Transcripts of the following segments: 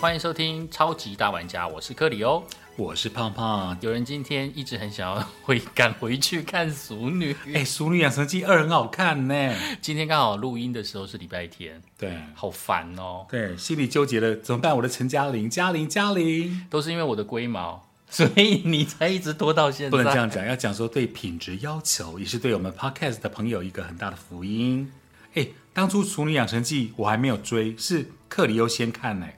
欢迎收听《超级大玩家》，我是克里欧。我是胖胖。有人今天一直很想要回赶回去看《俗女》，哎、熟女养成记二》很好看呢。今天刚好录音的时候是礼拜天， 对好烦哦，对，心里纠结了，怎么办？我的陈嘉玲，嘉玲，嘉玲，都是因为我的龟毛，所以你才一直拖到现在。不能这样讲，要讲说对品质要求，也是对我们 podcast 的朋友一个很大的福音。哎、当初《熟女养成记》我还没有追，是克里优先看呢。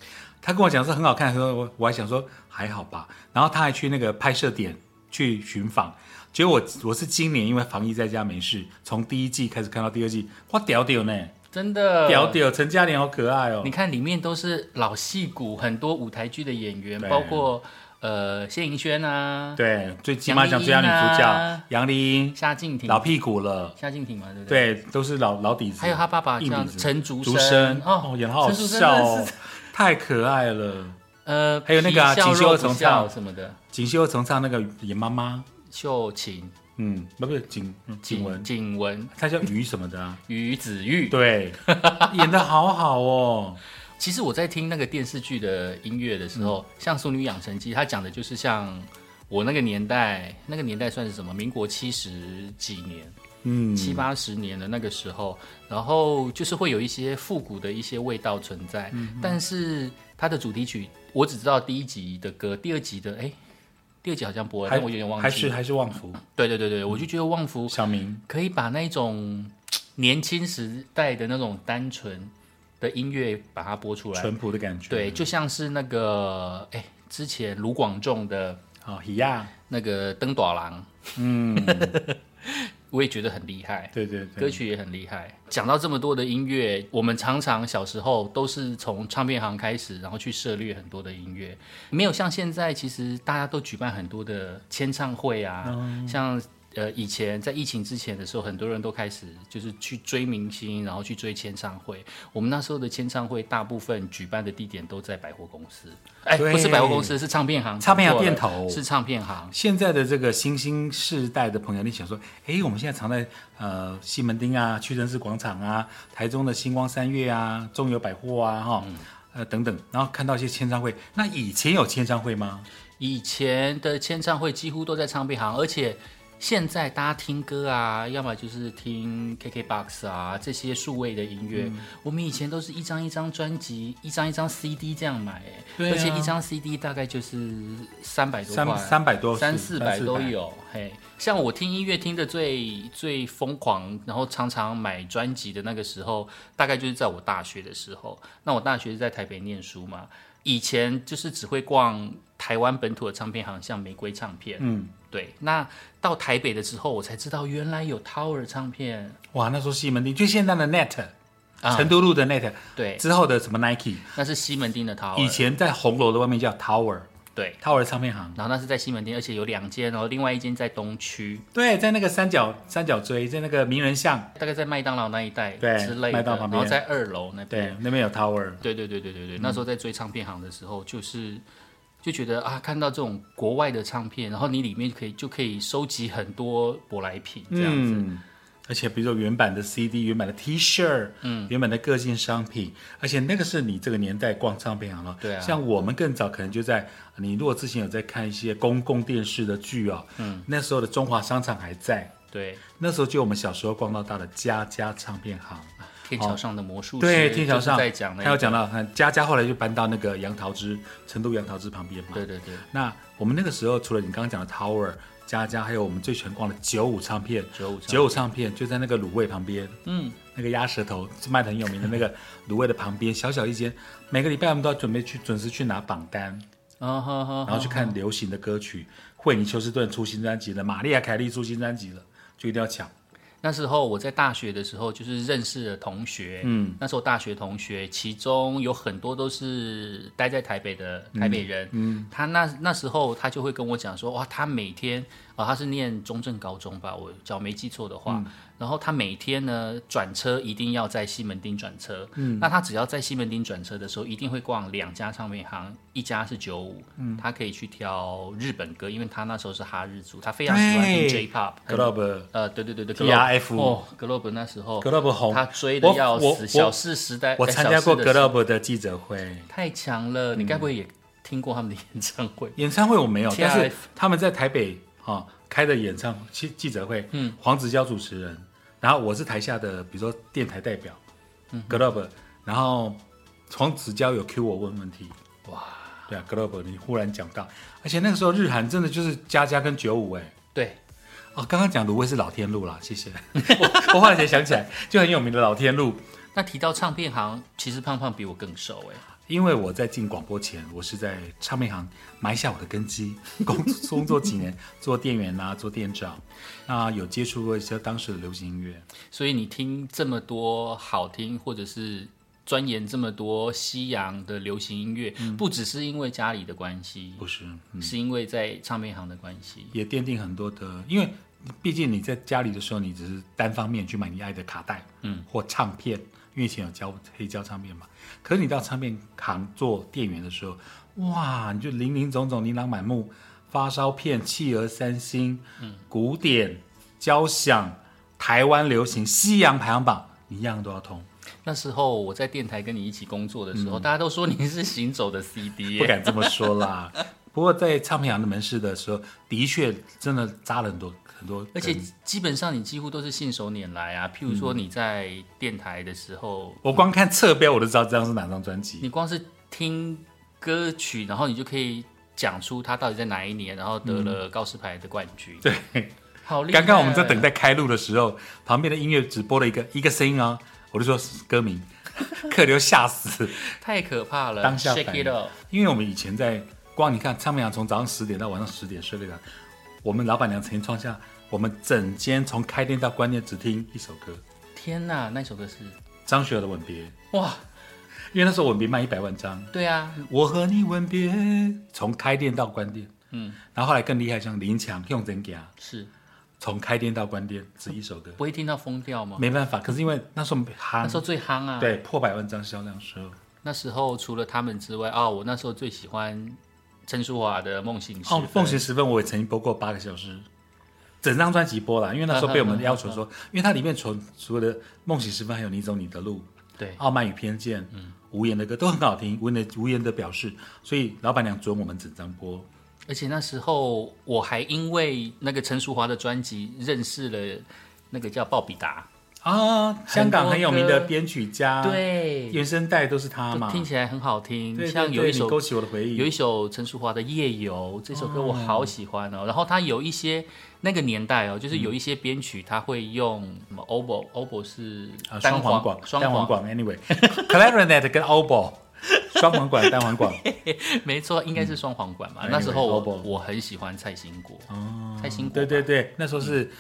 他跟我讲说很好看，的时候，我我还想说还好吧。然后他还去那个拍摄点去寻访，结果我我是今年因为防疫在家没事，从第一季开始看到第二季，哇屌屌呢，真的屌屌，陈嘉玲好可爱哦。呃你看里面都是老戏骨，很多舞台剧的演员，对包括呃谢盈萱啊，对，最起码讲最佳女主角杨丽英，夏静婷，老屁股了，夏静婷嘛，对嗯不对？对，都是老老底子。还有他爸爸硬叫底子陈竹竹生生，哦，演的好好陈竹生笑真哦的是，太可爱了。呃，还有那个啊皮笑锦绣肉二不重笑唱什么的，锦绣曾唱那个演妈妈，秀琴、嗯，不不，景嗯景文，景文、她叫于什么的 啊？于子玉。对，演的好 好哦。其实我在听那个电视剧的音乐的时候，嗯像《淑女养成记》，它讲的就是像我那个年代，那个年代算是什么？民国七十几年、嗯，七八十年的那个时候，然后就是会有一些复古的一些味道存在。嗯但是它的主题曲，我只知道第一集的歌，第二集的哎，第二集好像播了，还但我有点忘嗯还记是。还是旺福对对对对，我就觉得旺福嗯小明，可以把那种嗯年轻时代的那种单纯的音乐把它播出来。淳朴的感觉。对，就像是那个哎，之前卢广仲的好喜亚，那个《灯短郎》，嗯， 我也觉得很厉害，对对歌对，曲也很厉害。讲到这么多的音乐，我们常常小时候都是从唱片行开始，然后去涉猎很多的音乐，没有像现在，其实大家都举办很多的签唱会啊，哦像。呃，以前在疫情之前的时候，很多人都开始就是去追明星，然后去追签唱会。我们那时候的签唱会，大部分举办的地点都在百货公司，哎，对不是百货公司，是唱片行，唱片行啊我错了店头是唱片行。现在的这个新兴世代的朋友，你想说，诶，我们现在常在呃西门町啊、屈臣氏广场啊、台中的星光三月啊、中友百货啊，哈、嗯呃等等，然后看到一些签唱会。那以前有签唱会吗？以前的签唱会几乎都在唱片行，而且现在大家听歌啊，要么就是听 KKBOX 啊这些数位的音嗯乐。我们以前都是一张一张专辑，一张一张 CD 这样买、哎对啊而且一张 CD 大概就是三百多三块，啊三百多，三四百都三四有。嘿，像我听音乐听的最最疯狂，然后常常买专辑的那个时候，大概就是在我大学的时候。那我大学是在台北念书嘛，以前就是只会逛台湾本土的唱片行，像玫瑰唱片。嗯，对，那到台北的时候，我才知道原来有 Tower 唱片。哇，那时候西门町就现在的 Net，、啊成都路的 Net 对，之后的什么 Nike，那是西门町的 Tower。以前在红楼的外面叫 Tower，Tower 对，唱片行。然后那是在西门町，而且有两间，然后另外一间在东区。对，在那个三角三角锥，在那个名人巷，大概在麦当劳那一带对之类的，麦当劳然旁边后在二楼那边，对，那边有 Tower。对对对对嗯对对，那时候在追唱片行的时候，就是就觉得啊，看到这种国外的唱片，然后你里面可以就可以收集很多舶来品这样子。嗯而且比如说原版的 CD、原版的 T 恤，嗯，原版的个性商品，而且那个是你这个年代逛唱片行了。对啊像我们更早可能就在你如果之前有在看一些公共电视的剧哦，嗯，那时候的中华商场还在，对，那时候就我们小时候逛到大的家家唱片行。天桥上的魔术师，对，天桥就是上在讲那还有个，讲到看家家后来就搬到那个杨桃枝，成都杨桃枝旁边嘛。对对对，那我们那个时候，除了你刚刚讲的 Tower、佳佳，还有我们最喜欢逛的九五唱片，九五九五唱片就在那个卤味旁边，嗯，那个鸭舌头是卖的很有名的那个卤味的旁边，小小一间。每个礼拜我们都要准备去准时去拿榜单，啊哈哈，然后去看流行的歌曲。惠妮休斯顿出新专辑了，玛丽亚凯莉出新专辑了，就一定要抢。那时候我在大学的时候，就是认识了同学，嗯，那时候大学同学，其中有很多都是待在台北的台北人，嗯，他那那时候他就会跟我讲说，哇，他每天啊、他是念中正高中吧，我只要没记错的话。然后他每天呢转车一定要在西门町转车，那他只要在西门町转车的时候，一定会逛两家唱片行，一家是九五，他可以去挑日本歌，因为他那时候是哈日族，他非常喜欢听对 J-pop， Club 呃，对对对对 TRF 哦，Globe 那时候 Globe 红他追的我要我死，我小四时代，我哎参加过，小四嗯的时候 Globe 的记者会，太强了，你该不会也听过他们的演唱会？演唱会我没有， TRF 但是他们在台北哈、哦开的演唱记记者会，嗯，黄子佼主持人，然后我是台下的，比如说电台代表，嗯，Globe，然后黄子佼有 Q 我问问题，哇，对啊，Globe 你忽然讲到，而且那个时候日韩真的就是佳佳跟九五哎。对，哦，刚刚讲芦苇是老天路啦， 谢谢。我我后来才想起来，就很有名的老天路，那提到唱片行，其实胖胖比我更熟哎，因为我在进广播前，我是在唱片行埋下我的根基， 工工作几年，做店员啦、做店长，那有接触过一些当时的流行音乐。所以你听这么多好听，或者是钻研这么多西洋的流行音乐，嗯不只是因为家里的关系，不是，是因为在唱片行的关系。也奠定很多的，因为毕竟你在家里的时候，你只是单方面去买你爱的卡带，嗯，或唱片，因为以前有胶黑胶唱片嘛。可是你到唱片行做店员的时候，哇，你就林林总总、琳琅满目，发烧片、企鹅三星，嗯，古典、交响、台湾流行、西洋排行榜，你一样都要通，那时候我在电台跟你一起工作的时候，大家都说你是行走的 CD，耶嗯不敢这么说啦。不过在唱片行的门市的时候，的确真的扎了很多很多根，而且基本上你几乎都是信手拈来啊。譬如嗯说你在电台的时候，我光看侧标我都知道这张是哪张专辑。你光是听歌曲，然后你就可以讲出他到底在哪一年，然后得了告示牌的冠军。对，好厉害！嗯啊刚刚我们在等，待开录的时候，旁边的音乐直播了一个一个声音啊，我就说歌名， 客流吓死，太可怕了。当下 shake 反应 it up，因为我们以前在光你看唱片行从早上十点到晚上十点睡了个，我们老板娘曾经创下我们整间从开店到关店只听一首歌，天哪，那首歌是张学友的《吻别》，哇，因为那时候《吻别》卖一百万张，对啊，我和你吻别，从开店到关店，嗯，然后后来更厉害，像林强、用真给是从开店到关店只一首歌，不会听到疯掉吗？没办法，可是因为那时候那行时候最夯啊！，对，破百万张销量时候，那时候除了他们之外，啊，我那时候最喜欢陈淑华的《梦醒时哦，分》。奉行十分我也曾经播过八个小时，整张专辑播了，因为那时候被我们要求嗯说，因为它里面除除了《梦醒时分》，还有《你走你的路》哦对，《傲慢与偏见》嗯，无言的歌都很好听，无言的无言的表示，所以老板娘准我们整张播。而且那时候我还因为那个陈淑华的专辑认识了那个叫鲍比达，啊，香港很有名很多的歌编曲家，，对，原声带都是他就嘛，听起来很好听，对，像对有对一首你勾起我的回忆，有一首陈淑华的《夜游》这首歌我好喜欢哦。然后它有一些那个年代哦，就是有嗯一些编曲，它会用什么 oboe oboe 是啊，单双簧管，双单簧管，anyway，clarinet 跟 oboe，双簧管，单簧管， 没错，应该是双簧管嘛。嗯那时候我 Anyway，oboe 我很喜欢蔡兴国，蔡兴国哦对对嘛，对，那时候是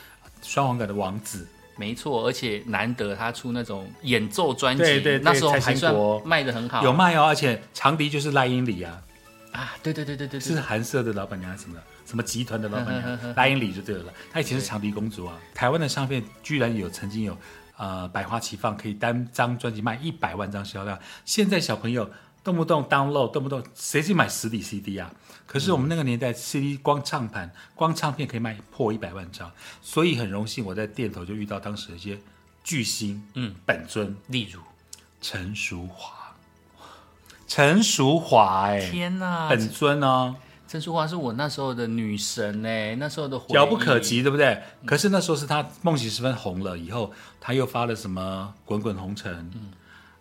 双簧管的王子。没错，而且难得他出那种演奏专辑，对对对那时候蔡还兴算国卖的很好，有卖哦，而且长笛就是赖英里啊，啊，对对对对对对是韩社的老板娘还是什么的什么集团的老板呵呵娘，赖英里就对了啦。她以前是长笛公主啊。台湾的唱片居然有曾经有呃百花齐放，可以单张专辑卖一百万张销量。现在小朋友动不动 download，动不动谁去买实体 CD 啊？可是我们那个年代 CD 光唱盘、光唱片可以卖破一百万张，所以很荣幸我在店头就遇到当时的一些巨星，嗯，本尊例如，陈淑华，陈淑华哎、天啊哪，本尊哦，陈淑华是我那时候的女神呢、那时候的回忆遥不可。及，对不对？嗯可是那时候是他梦醒时分红了以后，他又发了什么《滚滚红尘》，嗯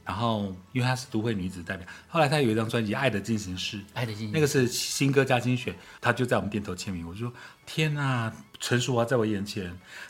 然后因为她是都会女子代表，后来她有一张专辑《爱的进行式》，爱的进那个是新歌加精选，他就在我们店头签名，我就说天哪，陈淑华在我眼前。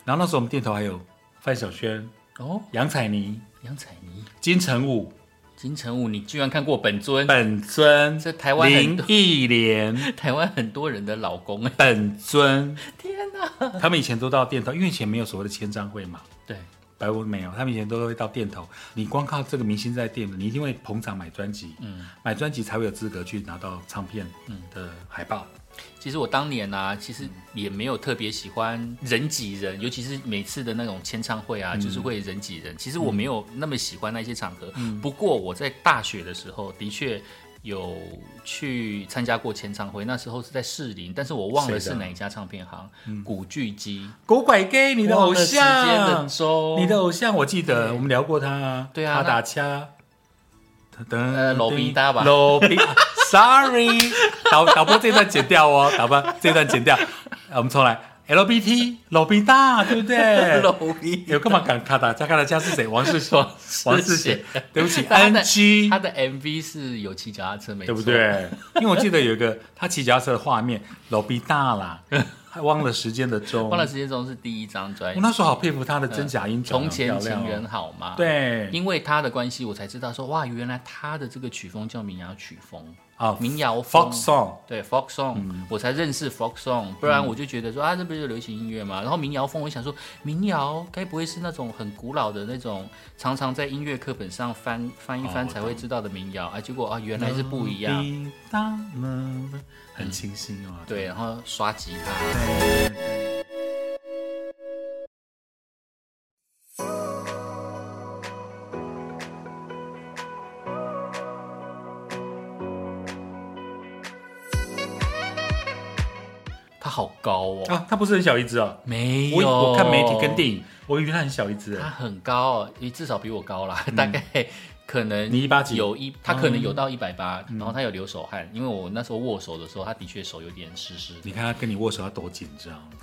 然后那时候我们店头还有范晓萱、哦，杨采妮、杨采妮、金城武、金城武，你居然看过本尊，本尊、这台湾很林多忆莲。 台湾很多人的老公哎、本尊，天哪！他们以前都到店头，因为以前没有所谓的签唱会嘛，对，白文没有，他们以前都会到店头。你光靠这个明星在店，你一定会捧场买专辑，嗯，买专辑才会有资格去拿到唱片的海报。其实我当年啊，其嗯实也没有特别喜欢人挤人，尤其是每次的那种签唱会嗯啊，就是会人挤人。其实我没有那么喜欢那些场合。嗯不过我在大学的时候，的确有去参加过签唱会，那时候是在士林，但是我忘了谁是的啊哪一家唱片行，古巨基，狗拐 gay，你的忘偶了时间的像，钟，你的偶像，我记得对我们聊过他啊，对啊他那打掐，噔呃罗宾达吧罗 宾，sorry，导导播这段剪掉哦，导播这段剪掉，啊我们重来，LBT 罗宾达，对 不对？露逼。 有干嘛敢卡达加卡达加是谁？王世贤， 王世贤，对不起他的，NG，他的 MV 是有骑脚踏车，没对错不？对？因为我记得有一个他骑脚踏车的画面，老逼大啦， 还忘了时间的钟，忘了。时间钟是第一张专我辑。那时候好佩服他的真假音准啊，从前漂亮哦情人好吗？，对因为他的关系，我才知道说哇，原来他的这个曲风叫民谣曲风，啊民谣风。 ，folk song 嗯对 folk song，、我才认识 folk song，不然我就觉得说啊，这不是流行音乐嘛。然后民谣风，我想说民谣该不会是那种很古老的那种，常常在音乐课本上翻翻一哦翻我嗯才会知道的民谣啊？结果啊，原来是不一样。嗯叮当门，很清新哦。对，然后刷吉他。他好高哦，啊，他不是很小一只哦。没有，我我看媒体跟电影，我以为他很小一只他，很高哦，也至少比我高啦，嗯大概可能你180有一，他可能有到一百八，然后他有流手汗，因为我那时候握手的时候，他的确手有点湿湿的。你看他跟你握手，他多紧张。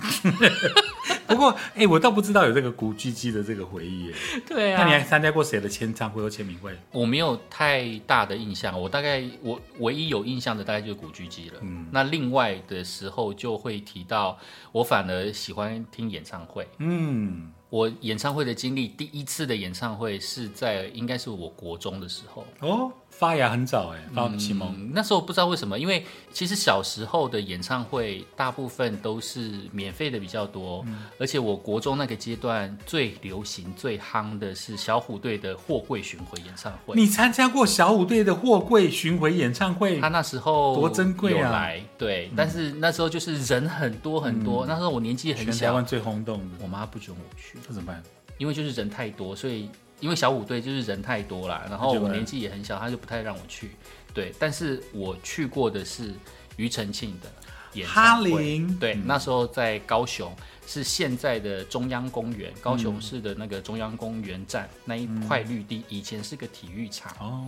不过，哎，我倒不知道有这个古巨基的这个回忆耶。 对啊那你还参加过谁的签唱会或签名会？我没有太大的印象，我大概我唯一有印象的大概就是古巨基了。嗯，那另外的时候就会提到，我反而喜欢听演唱会。嗯，我演唱会的经历，第一次的演唱会是在应该是我国中的时候，哦，发芽很早哎，发启蒙。嗯，那时候不知道为什么，因为其实小时候的演唱会大部分都是免费的比较多，嗯而且我国中那个阶段最流行、最夯的是小虎队的货柜巡回演唱会。你参加过小虎队的货柜巡回演唱会他？那时候多珍贵啊嗯有来对，但是那时候就是人很多很多，那时候我年纪全很台小湾，最轰动的，我妈不准我去，这怎么办？因为就是人太多，所以因为小虎队就是人太多啦，然后那就我来年纪也很小，他就不太让我去。对，但是我去过的是庾澄庆的演哈唱会。林，嗯对，那时候在高雄，是现在的中央公园，嗯高雄市的那个中央公园站、那一块绿地，以前是个体育场。哦，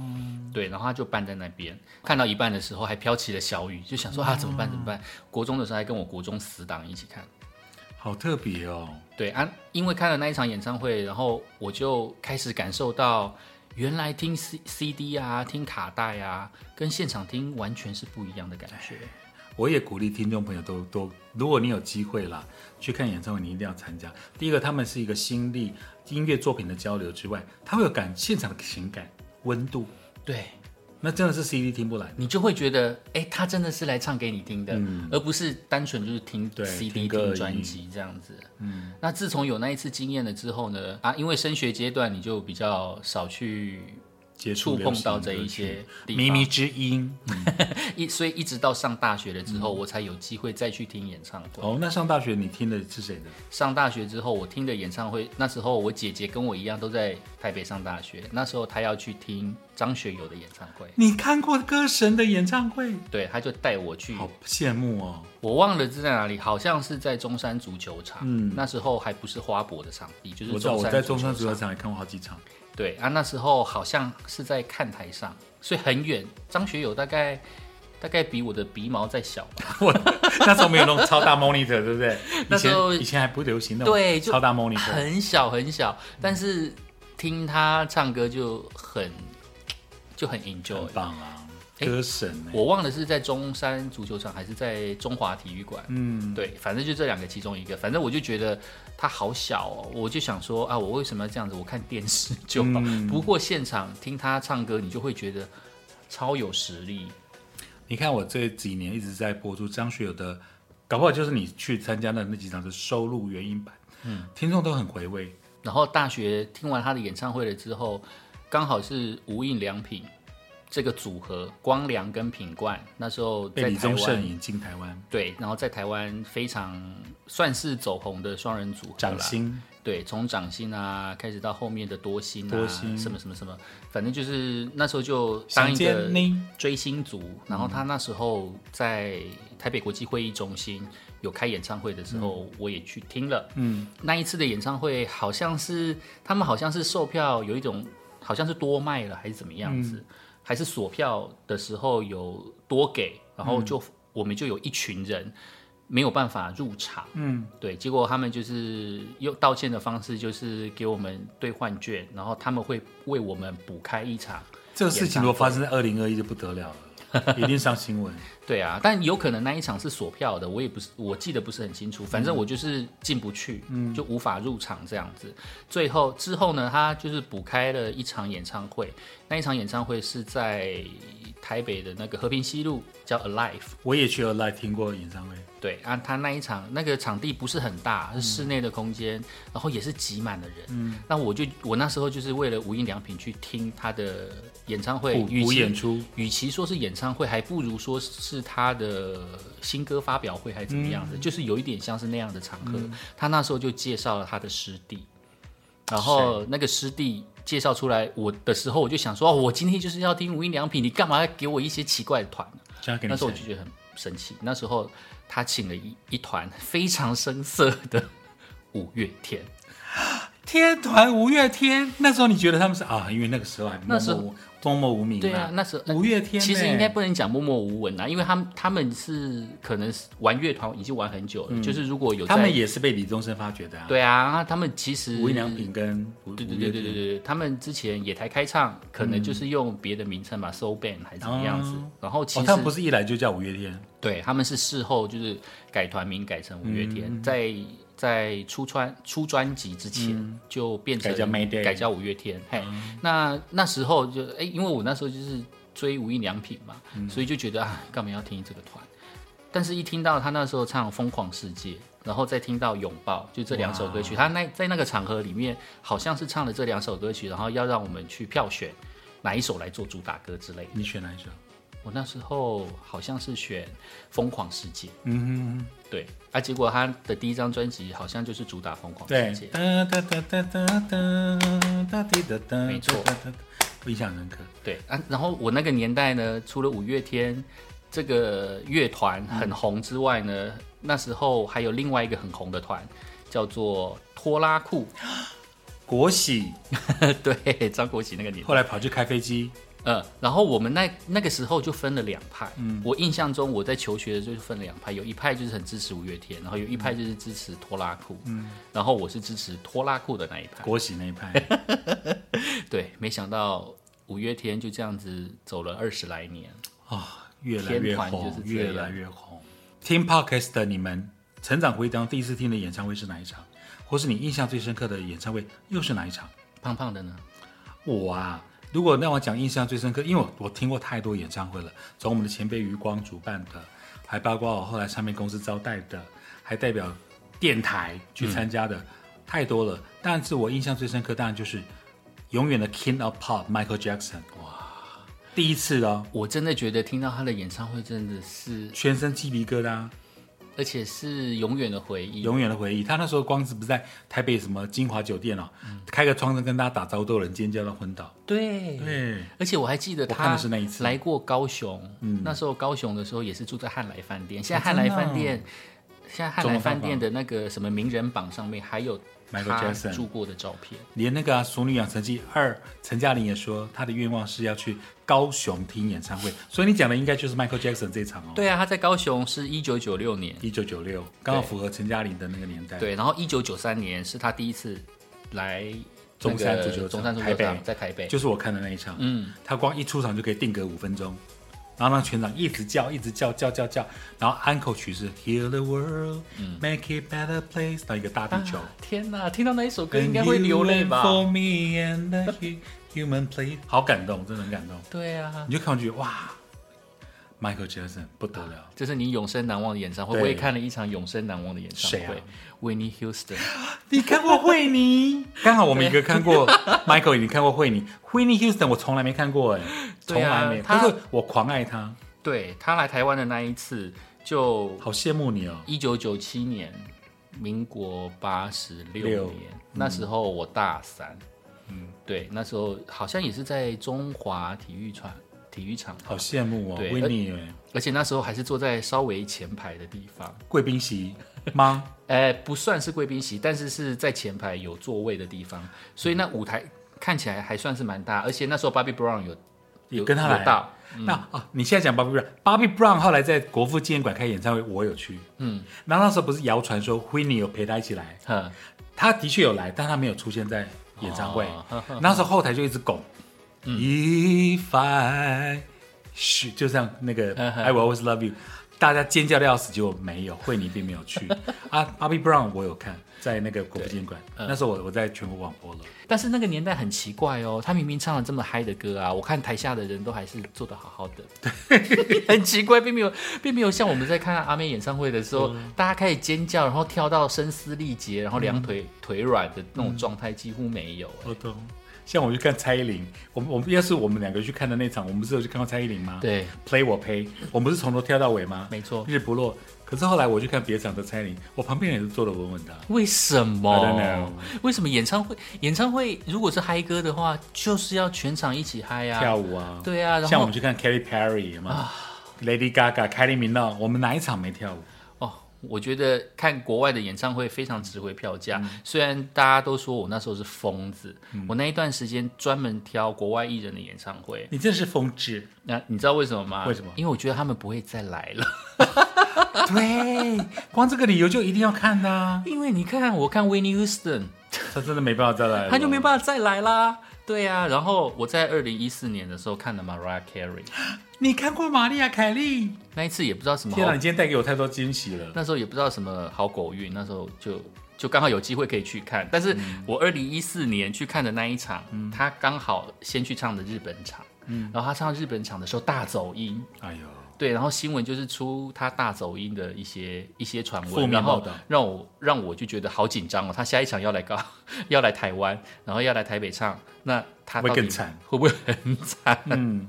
对，然后他就办在那边，看到一半的时候还飘起了小雨，就想说啊怎么办怎么嗯办？国中的时候还跟我国中死党一起看。好特别哦。对啊，因为看了那一场演唱会，然后我就开始感受到，原来听 C C D 啊，听卡带啊，跟现场听完全是不一样的感觉。我也鼓励听众朋友都都，如果你有机会啦，去看演唱会，你一定要参加。第一个，他们是一个心力音乐作品的交流之外，他会有感现场的情感温度，对，那真的是 CD 听不来的。你就会觉得，哎，他真的是来唱给你听的，而不是单纯就是听嗯对 CD 听歌而听已专辑这样子。嗯，那自从有那一次经验了之后呢，啊，因为升学阶段你就比较少去接触触流碰行到这歌一曲些地靡方 靡之音。嗯一，所以一直到上大学了之后，我才有机会再去听演唱会。哦，那上大学你听的是谁的？上大学之后，我听的演唱会，那时候我姐姐跟我一样都在台北上大学，那时候她要去听张学友的演唱会，你看过歌神的演唱会？对，她就带我去，好羡慕哦。我忘了是在哪里，好像是在中山足球场，嗯那时候还不是花博的场地，就我是知道中我山在中山足足球球场，场也看过好几场。 对啊，那时候好像是在看台上，所以很远，张学友大概大概比我的鼻毛再小吧，我那时候没有那种超大 monitor，对不对？以 那时候前以前还不流行那对种就超大 monitor。很小很小，但是听他唱歌就很就很 enjoy 很。棒啊，哎歌神哎、我忘了是在中山足球场还是在中华体育馆。嗯，对，反正就这两个其中一个，反正我就觉得它好小哦，我就想说啊，我为什么要这样子？我看电视就好。嗯不过现场听他唱歌，你就会觉得超有实力。你看我这几年一直在播出张学友的，搞不好就是你去参加的那几场是收录原音版，嗯，听众都很回味。然后大学听完他的演唱会了之后，刚好是无印良品这个组合光良跟品冠，那时候被在哎李台宗盛湾引进台湾，对，然后在台湾非常算是走红的双人组合掌啦心对，从掌心啊开始到后面的多心啊，多心什么什么什么，反正就是那时候就当想一个见你，追星族。然后嗯他那时候在台北国际会议中心有开演唱会的时候，我也去听了。嗯，那一次的演唱会好像是他们好像是售票有一种好像是多卖了还是怎么样嗯子，还是锁票的时候有多给，然嗯后就、我们就有一群人没有办法入场。嗯，对，结果他们就是用道歉的方式，就是给我们兑换券，然后他们会为我们补开一场。这个事情如果发生在二零二一就不得了 了，一定上新闻。对啊，但有可能那一场是锁票的，我也不是，我记得不是很清楚。反正我就是进不去，就无法入场这样子。最后之后呢，他就是补开了一场演唱会，那一场演唱会是在台北的那个和平西路，叫 Alive。我也去 Alive 听过演唱会，对啊，他那一场那个场地不是很大，是嗯室内的空间，然后也是挤满了人。嗯，那我就我那时候就是为了无印良品去听他的演唱会，补与补其演出，与其说是演唱会，还不如说是他的新歌发表会，还怎么样嗯子，就是有一点像是那样的场合。他那时候就介绍了他的师弟，然后那个师弟介绍出来我的时候，我就想说，哦我今天就是要听无印良品，你干嘛要给我一些奇怪的团？啊交给那你时候谁我就觉得很生气。那时候他请了一一团 非常生涩的五月天，天团五月天，那时候你觉得他们是啊？因为那个时候还那时候默默无默默无名嘛。对啊，那时候。五月天欸其呢实应该不能讲默默无闻啊，因为他们他们是可能是玩乐团已经玩很久了，就是如果有在嗯他们也是被李宗盛发掘的啊。，对啊，他们其实无印良品跟五对五对月对对对天，嗯对，他们之前野台开唱，可能就是用别的名称嘛、s o u l Band 还是怎么样子。哦然后其哦，实、他们不是一来就叫五月天，对，他们是事后就是改团名改成五月天，嗯在在出专出专辑之前、就变成嗯改叫 Mayday 嗯改叫五月天。嘿，那那时候就哎、因为我那时候就是追无印良品嘛，嗯所以就觉得啊，干嘛要听这个团？但是，一听到他那时候唱《疯狂世界》，然后再听到《拥抱》，就这两首歌曲，他那在那个场合里面，好像是唱了这两首歌曲，然后要让我们去票选哪一首来做主打歌之类的。你选哪一首？我那时候好像是选《疯狂世界》，嗯对，啊，结果他的第一张专辑好像就是主打《疯哼，狂对世界》，，哒哒哒哒哒哒哒滴哒哒，没错哒，哒哒我印象深刻。对啊，然后我那个年代呢，除了五月天这个乐团很红之外呢，那时候还有另外一个很红的团，叫做拖拉库， 国喜对，张国喜那个年代。后来跑去开飞机，呃，然后我们那那个时候就分了两派。嗯我印象中我在求学的时候就分了两派，有一派就是很支持五月天，然后有一派就是支持拖拉库。嗯然后我是支持拖拉库的那一派。国喜那 一派，对，没想到五月天就这样子走了二十来年。啊，越来越天团红，就是这越样来越红。听 podcast 的你们，成长回当第一次听的演唱会是哪一场？或是你印象最深刻的演唱会又是哪一场？胖胖的呢？我啊，如果让我讲印象最深刻，因为我我听过太多演唱会了，从我们的前辈余光主办的，还包括我后来唱片公司招待的，还代表电台去参加的，太多了。但是我印象最深刻，当然就是永远的 King of Pop Michael Jackson。哇，第一次哦，我真的觉得听到他的演唱会真的是，全身鸡皮疙瘩。而且是永远的回忆。永远的回忆。他那时候光是不是在台北什么金华酒店哦，开个窗子跟大家打招呼，都有人尖叫到昏倒。对。对，而且我还记得我看他的是那一次嗯来过高雄，那时候高雄的时候也是住在汉来饭哦店。现在汉来饭店，现在汉来饭店的那个什么名人榜上面还有 Michael 他 Jackson 住过的照片。连那个、啊《熟女养成记二》，陈嘉玲也说她的愿望是要去高雄听演唱会，所以你讲的应该就是 Michael Jackson 这一场哦。对啊，他在高雄是一九九六年，一九九六，刚好符合陈嘉玲的那个年代。，对，然后一九九三年是他第一次来那个中山足球场中山足台球北场，在台北。就是我看的那一场。嗯，他光一出场就可以定格五分钟，然后让全场一直叫，一直叫，叫叫叫，然后安口曲是 Heal the World, 嗯 Make It Better Place，到一个大地球。啊天哪，听到那一首歌应该会流泪 And you 吧？ went For me and the hu- human play，好感动，真的很感动。对啊，你就看上去哇 Michael Jackson 不得了，这是你永生难忘的演唱会。对我也看了一场永生难忘的演唱谁啊会，Winnie Houston。你看过惠妮？ 刚好我们一个看过 Michael，你看过惠妮？Whitney Houston 我从来没看过哎，从对啊来没，她但是我狂爱她，对他来台湾的那一次，就好羡慕你哦。一九九七年，民国八十六六年，那时候我大三。嗯，对，那时候好像也是在中华体育场体育场吧，好羡慕哦对，Winnie 哎，而且那时候还是坐在稍微前排的地方。贵宾席吗？呃，不算是贵宾席，但是是在前排有座位的地方，所以那舞台看起来还算是蛮大，而且那时候 Bobby Brown 有 也有跟他有来。到，嗯那啊，你现在讲 Bobby Brown，Bobby Brown 后来在国父纪念馆开演唱会，我有去。嗯，然后那时候不是谣传说 Whitney 有陪他一起来，哼，他的确有来，但他没有出现在演唱会哦呵。嗯那时候后台就一直拱，If I，嘘，就像那个呵呵 I will always love you，大家尖叫的要死，结果没有，惠妮并没有去啊。Bobby Brown 我有看，在那个国父纪念馆，嗯那时候我我在全国广播了。但是那个年代很奇怪哦，他明明唱了这么嗨的歌啊，我看台下的人都还是做的好好的，对， 很奇怪，并没有，并没有像我们在看阿妹演唱会的时候，嗯大家开始尖叫，然后跳到声嘶力竭，然后两嗯腿、腿软的那种状态几乎没有。我懂。像我去看蔡依林，我们我们要是我们两个去看的那场，我们不是有去看过蔡依林吗？对， ，Play 我呸，我们不是从头跳到尾吗？没错日不落。可是后来我去看别场的蔡依林，我旁边人也是坐的稳稳的。为什 I don't know 么？为什么演唱会演唱会如果是嗨歌的话，就是要全场一起嗨啊，跳舞啊，对啊，然像我后啊们去看 Katy Perry 嘛、l a d y Gaga、凯莉米娜，我们哪一场没跳舞？哦，我觉得看国外的演唱会非常值回票价。嗯虽然大家都说我那时候是疯子，我那一段时间专门挑国外艺人的演唱会。你真的是 疯子！那你知道为什么吗？为什么因为我觉得他们不会再来了。 对，光这个理由就一定要看的、啊，因为你看，我看 Winnie Houston，他真的没办法再来了，他就没办法再来啦。对啊，然后我在二零一四年的时候看了 Mariah Carey，你看过玛丽亚·凯莉？那一次也不知道什么天啊，好你，今天带给我太多惊喜了。那时候也不知道什么好狗运，那时候就就刚好有机会可以去看。但是嗯我二零一四年去看的那一场，他刚好先去唱的日本场，嗯然后他唱日本场的时候大走音，哎呦，对，然后新闻就是出他大走音的一些一些传负闻，面然报后道让我让我就觉得好紧张哦，他下一场要来高， 要来台湾，然后要来台北唱，那他会到底更惨，会不会很惨？ 嗯，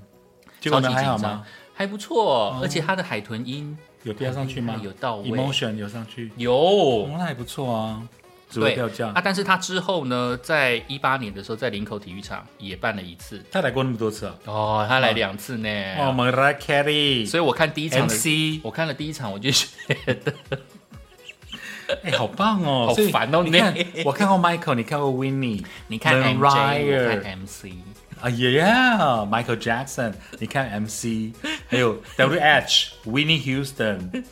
结超果级呢还好紧吗张？，还不错，哦而且他的海豚音嗯有飙上去吗？哎有到位，emotion 有上去，有哦，，那还不错啊，只会对票价啊，。但是他之后呢，在一八年的时候，在林口体育场也办了一次。他来过那么多次啊，哦，他来两次呢。哦，Mariah Carey 哎所以我看第一场的 MC，我看了第一场我就觉得哎，好棒哦，好所以烦哦你你看，我看过 Michael，你看过 Winnie，你看 MJ， Mariah 我看 MC，啊，Yeah，Michael Jackson，你看 MC，还有 WH，Winnie Houston。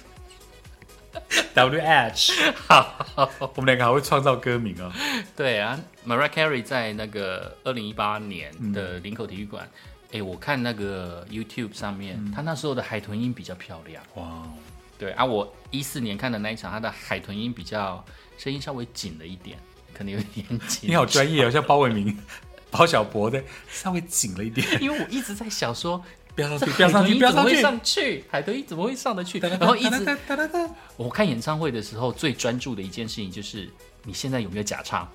W H，好，我们两个还会创造歌名哦。对啊，Mariah Carey 在那个二零一八年的林口体育馆，嗯哎、我看那个 YouTube 上面，他那时候的海豚音比较漂亮。哇，对啊，我一四年看的那一场，他的海豚音比较声音稍微紧了一点，可能有点紧。你好专业哦，像包伟明、包小博的，稍微紧了一点。因为我一直在想说，不 要上这去，不要上去，不海要豚音怎么会上去！上去，海豚音怎么会上得 去？然后一直，我看演唱会的时候，最专注的一件事情就是你现在有没有假 唱，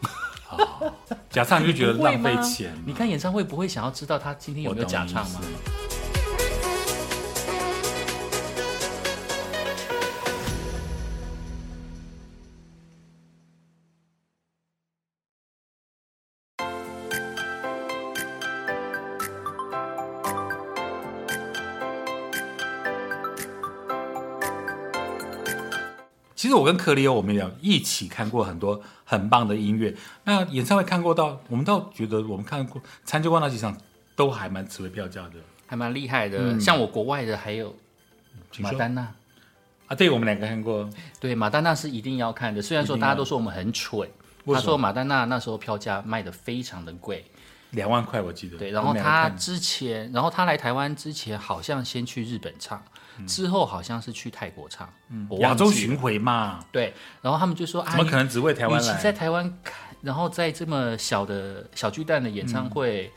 假唱你就觉得不会浪吗费钱，你看演唱会不会想要知道他今天有没有假唱吗我？懂意思？其实我跟克里欧，我们也有一起看过很多很棒的音乐。那演唱会看过到，我们倒觉得我们看过参加过那几场，都还蛮值回票价的。还蛮厉害的，嗯像我国外的还有请马说丹娜，啊，对我们两个看过，对，马丹娜是一定要看的。虽然说一定要大家都说我们很蠢，他为什么说马丹娜那时候票价卖的非常的贵，两万块我记得。对，然后我们两个他看之前，然后他来台湾之前，好像先去日本唱，之后好像是去泰国唱，我嗯亚忘洲记了巡回嘛，对，然后他们就说啊，怎么可能只为台湾与其来？在台湾看，然后在这么小的小巨蛋的演唱会，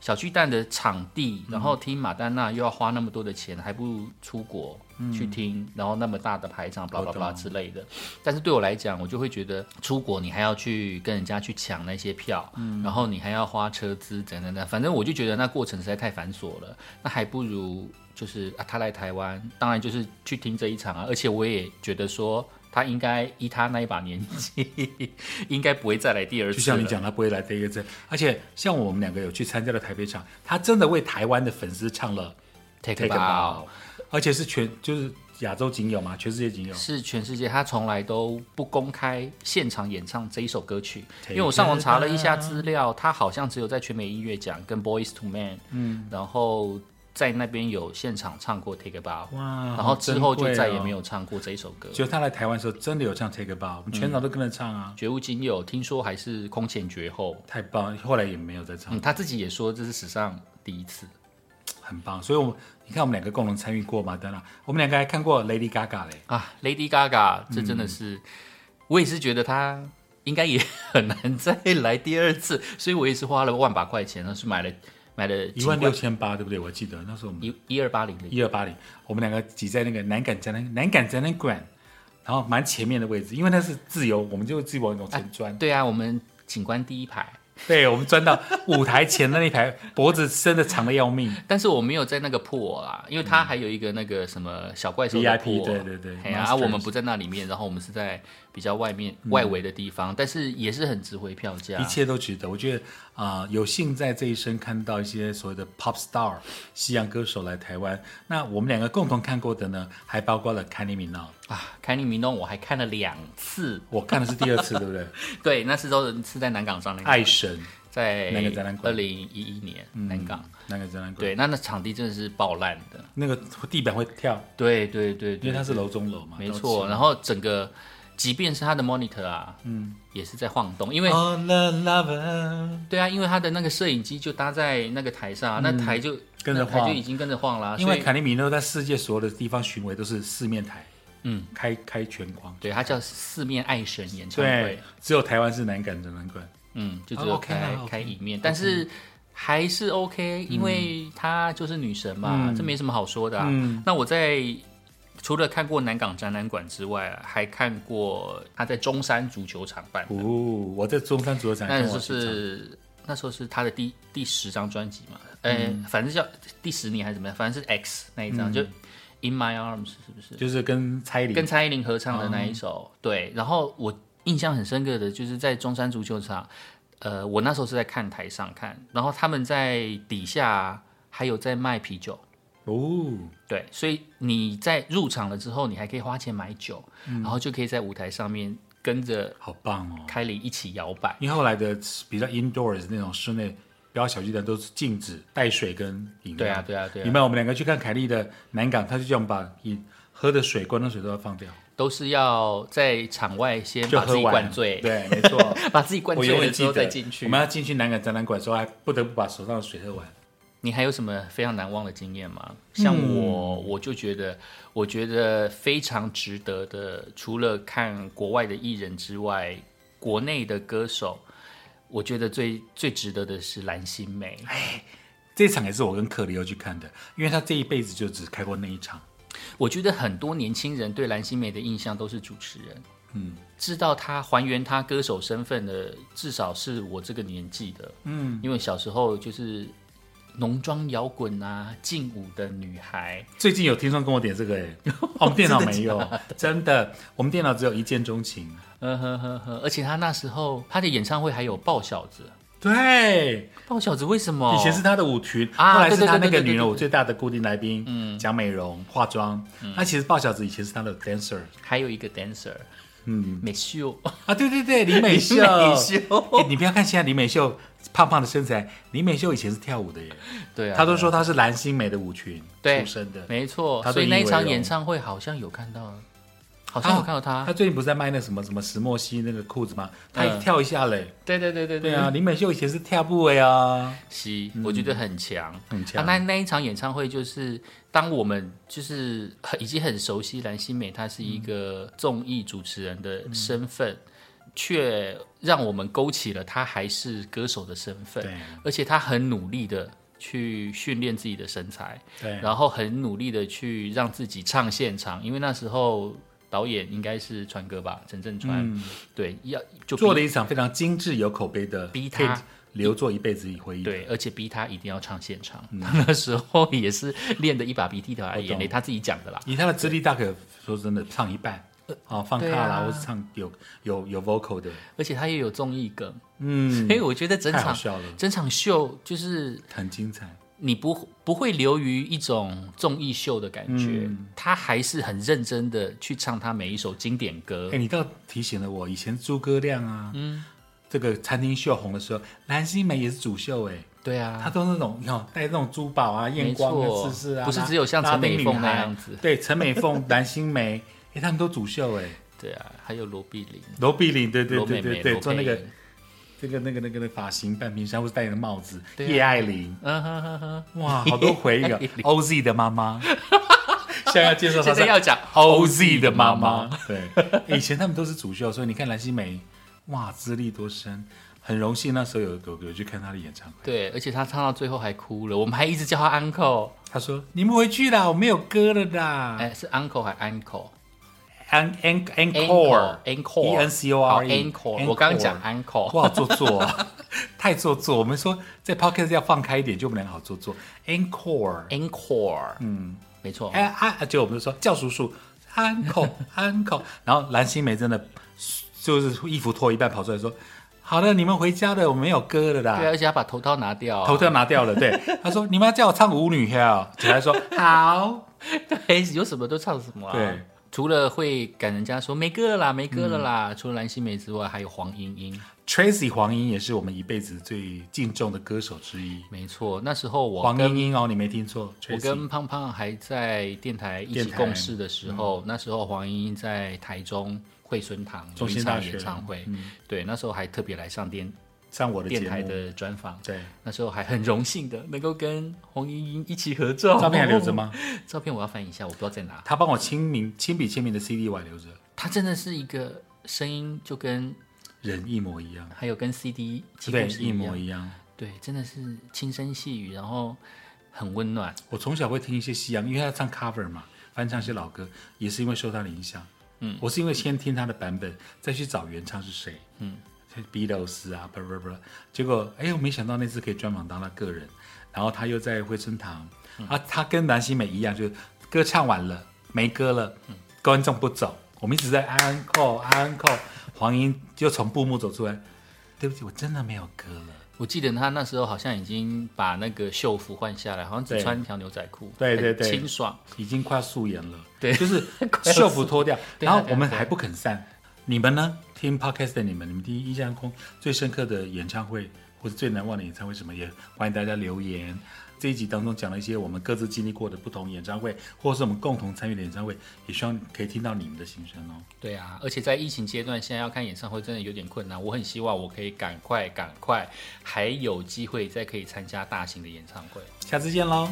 小巨蛋的场地，然后听马丹娜又要花那么多的钱，还不如出国去听，嗯然后那么大的排场，巴拉巴拉之类的。但是对我来讲，我就会觉得出国你还要去跟人家去抢那些票，嗯然后你还要花车资，等等等，反正我就觉得那过程实在太繁琐了，那还不如就是啊，他来台湾，当然就是去听这一场啊，而且我也觉得说。他应该依他那一把年纪， 应该不会再来第二次。就像你，讲，他不会来第一个字，而且像我们两个有去参加的台北场，他真的为台湾的粉丝唱了 take a Take a bow， Bow，而且是全就是亚洲仅有嘛，全世界仅有。是全世界，他从来都不公开现场演唱这一首歌曲，因 Take 为我上网查了一下资料，他好像只有在全美音乐奖跟 Boys to Man，嗯，然后在那边有现场唱过 Take a Bow，哇然后之后就再也没有。有唱过这一首歌。就他来台湾的时候，真的有唱 Take a Bow，我们全场都跟着唱啊，绝无仅有，听说还是空前绝后。太棒！了。后来也没有再唱，嗯，他自己也说这是史上第一次。很棒。所以我们你看，我们两个共同参与过马丹娜，我们两个还看过 Lady Gaga 嘞。啊，Lady Gaga，这真的嗯是，我也是觉得她应该也很难再来第二次， 所以我也是花了万把块钱，然后是买了买了一万六千八，对不对？我记得那时候我们一一二八零的，一二八零，我们两个挤在那个南港展览南港展览馆，然后蛮前面的位置，因为那是自由，我们就自己往往前钻。对啊，我们景观第一排，对，我们钻到舞台前的那一排，脖子伸的长的要命。但是我没有在那个破啦，因为它还有一个那个什么小怪兽的 VIP 破，，E 对对对哎呀、啊， Masters 我们不在那里面，然后我们是在比较外面外围的地方，但是也是很值回票价一。切都值得。我觉得啊、呃有幸在这一生看到一些所谓的 pop star 西洋歌手来台湾，那我们两个共同看过的呢，还包括了 Kylie Minogue。啊，凯尼明东我还看了两次，我看的是第二 次，对不对？对，那次都是在南港上那个，爱神在哎那个展览二馆嗯零一一年南港，那个展览馆，对，那那场地真的是爆烂的，那个地板会跳，对对对因对，为它是楼中楼嘛。没都错。然后整个，即便是它的 monitor 啊，嗯，也是在晃动，因为、是。All the lover，对啊，因为它的那个摄影机就搭在那个台上啊，嗯那台就跟那着台晃就已经跟着晃啦，因所为以卡利米诺在世界所有的地方巡回都是四面台，嗯，开开全框。对它叫四面爱神演唱对会，，只有台湾是南港展览馆。嗯，就只哦有，OK 开、啦，OK 开一面，但是。还是嗯 OK，因为她就是女神嘛，这没什么好说的啊。嗯那我在除了看过南港展览馆之外啊，还看过她在中山足球场办的哦，我在中山足球场那看就我去唱，是那时候是他的第第十张专辑嘛，呃、嗯反正叫第十年还是怎么样，反正是 X 那一张，就 In My Arms 是不是？就是跟蔡依林跟蔡依林合唱的那哦一首，对。然后我印象很深刻的就是在中山足球场，呃，我那时候是在看台上看，然后他们在底下还有在卖啤酒。哦，对，所以你在入场了之后，你还可以花钱买酒，嗯然后就可以在舞台上面跟着好棒哦！凯里一起摇摆。因为后来的比较 indoors 那种室内标小巨蛋都是禁止带水跟饮料。对啊，对啊，对啊你。们我们两个去看凯莉的南港，他就叫我们把饮喝的水、罐装水都要放掉，都是要在场外先就把自喝己完。灌醉，对，没错。 把自己灌我醉永了远之记后得，再进去我。们要进去南港展览馆的时候，还不得不把手上的水喝完。你还有什么非常难忘的经验吗？像我，我就觉得，我觉得非常值得的，除了看国外的艺人之外，国内的歌手，我觉得最最值得的是蓝心湄。这场也是我跟克里又去看的，因为他这一辈子就只开过那一场。我觉得很多年轻人对蓝心湄的印象都是主持人，嗯，知道她还原她歌手身份的，至少是我这个年纪的，嗯，因为小时候就是浓妆摇滚啊、劲舞的女孩，最近有听众跟我点这 个哎、哦我们电脑没有，真的，我们电脑只有一见钟情。呃呵呵呵，而且她那时候她的演唱会还有抱小子，对，抱小子为什么？以前是他的舞裙，哦啊后来是对对对他那个对对嗯女人对我最大的固定来宾，讲美容、化妆。嗯那其实鲍小子以前是他的 dancer 还有一个 dancer，嗯， 美秀，啊，对对对，林美秀。美 秀，哎，你不要看现在林美秀胖胖的身材，林美秀以前是跳舞的耶，对啊，她都说她是蓝心湄的舞裙对出身的。没错，她对所以那一你以为场荣演唱会好像有看到，好像有看到她，她最近不是在卖那什么什么石墨烯那个裤子吗？她一嗯跳一下嘞。对对对对对啊，林美秀以前是跳步的呀，西，我觉得很强。很啊，强。那那一场演唱会就是，当我们就是很已经很熟悉蓝心湄，她是一个综艺主持人的身份，却让我们勾起了他还是歌手的身份，对而且他很努力的去训练自己的身材，对然后很努力的去让自己唱现场，因为那时候导演应该是川哥吧，陈振川，对，要就逼嗯做了一场非常精致有口碑的，逼他可以留作一辈子回忆。对，，而且逼他一定要唱现场，嗯他 那时候也是练得一把鼻涕一把眼泪，他自己讲的啦。以他的资历，大可说真的，唱一半啊，放对大啊啦，或是唱有有有 vocal 的，而且他也有综艺梗，嗯，所以我觉得整太好场笑了，整场秀就是很精彩。你不不会流于一种综艺秀的感觉，嗯他还是很认真的去唱他每一首经典歌哎、。你倒提醒了我，以前诸葛亮啊，嗯，这个餐厅秀红的时候，蓝心湄也是主秀哎、对啊，她都是那种你看带那种珠宝啊、没验光错啊、姿势啊，不是拉只有像陈美凤那样。拉丁女子孩。对，陈美 凤、蓝心湄，哎、他们都主秀哎、对啊，还有罗碧玲、罗碧玲，对对罗对美对美、对，罗做佩那个莹。这个那个那个那个发型半平山，或是戴那个帽子，对啊叶爱玲，嗯哼哼哼，哇，好多回忆 啊哎！OZ 的妈妈，现在要介绍她现是在要讲 OZ 的妈妈妈，。对，以前他们都是主秀，所以你看蓝心湄，哇，资历多深，很荣幸那时候有有有去看她的演唱会。对，而且他唱到最后还哭了，我们还一直叫他 uncle，她说：“你们回去啦，我没有歌了啦。哎、是 uncle 还 uncle？encore An an encore encore E N C O R E encore，我刚刚讲 uncle，我好做作、啊， 太做作。我们说在 podcast 要放开一点，就我们两个好做作。Encore， encore，嗯，没错，哎啊，结果我们就说叫叔叔，uncle uncle，然后蓝心湄真的就是衣服脱一半跑出来说：“好了，你们回家了，我没有歌了对啊，啦。而且他把头套拿掉、”头套拿掉了，对，他说：“你们要叫我唱舞女呀？”姐还说：“好。 对，有什么都唱什么啊。对，除了会赶人家说没歌了啦，没歌了啦，嗯除了蓝心湄之外，还有黄莺莺。” Tracy 黄莺也是我们一辈子最敬重的歌手之一。没错，那时候我黄跟莺莺哦，你没听错我，Tracy 跟胖胖还在电台一电起台嗯共事的时候，那时候黄莺莺在台中惠孙堂有中一心大场学演唱会，对，那时候还特别来上电上我的节电台目，的专访，对，那时候还很荣幸的能够跟黄莺莺一起合照，照片还留着？哦吗？照片我要翻一下，我不知道在哪。他帮我签名、亲笔签名的 CD 我还留着，她真的是一个声音就跟人一模一样，还有跟 CD 几对，乎是一样模一样。对，真的是轻声细语，然后很温暖。我从小会听一些西洋，因为他唱 cover 嘛，翻唱一些老歌，也是因为受他的影响。嗯，我是因为先听他的版本，再去找原唱是谁。嗯，Beatles 啊，不不不，结果哎，我没想到那次可以专访到他个人，然后他又在惠春堂，啊，他跟南希美一样，就是歌唱完了没歌了，观众不走，我们一直在 uncle uncle，黄英就从布幕走出来，对不起，我真的没有歌了。我记得他那时候好像已经把那个秀服换下来，好像只对穿一条牛仔裤，对很对对清爽。已经快要素颜了，对 就是秀服脱掉，对然后对我们对啊还不肯散。你们呢？听 podcast 的你们，你们第一印象空最深刻的演唱会，或者最难忘的演唱会什么？也欢迎大家留言。这一集当中讲了一些我们各自经历过的不同演唱会，或者是我们共同参与的演唱会，也希望可以听到你们的心声哦。对啊，而且在疫情阶段，现在要看演唱会真的有点困难。我很希望我可以赶快赶快，还有机会再可以参加大型的演唱会。下次见喽！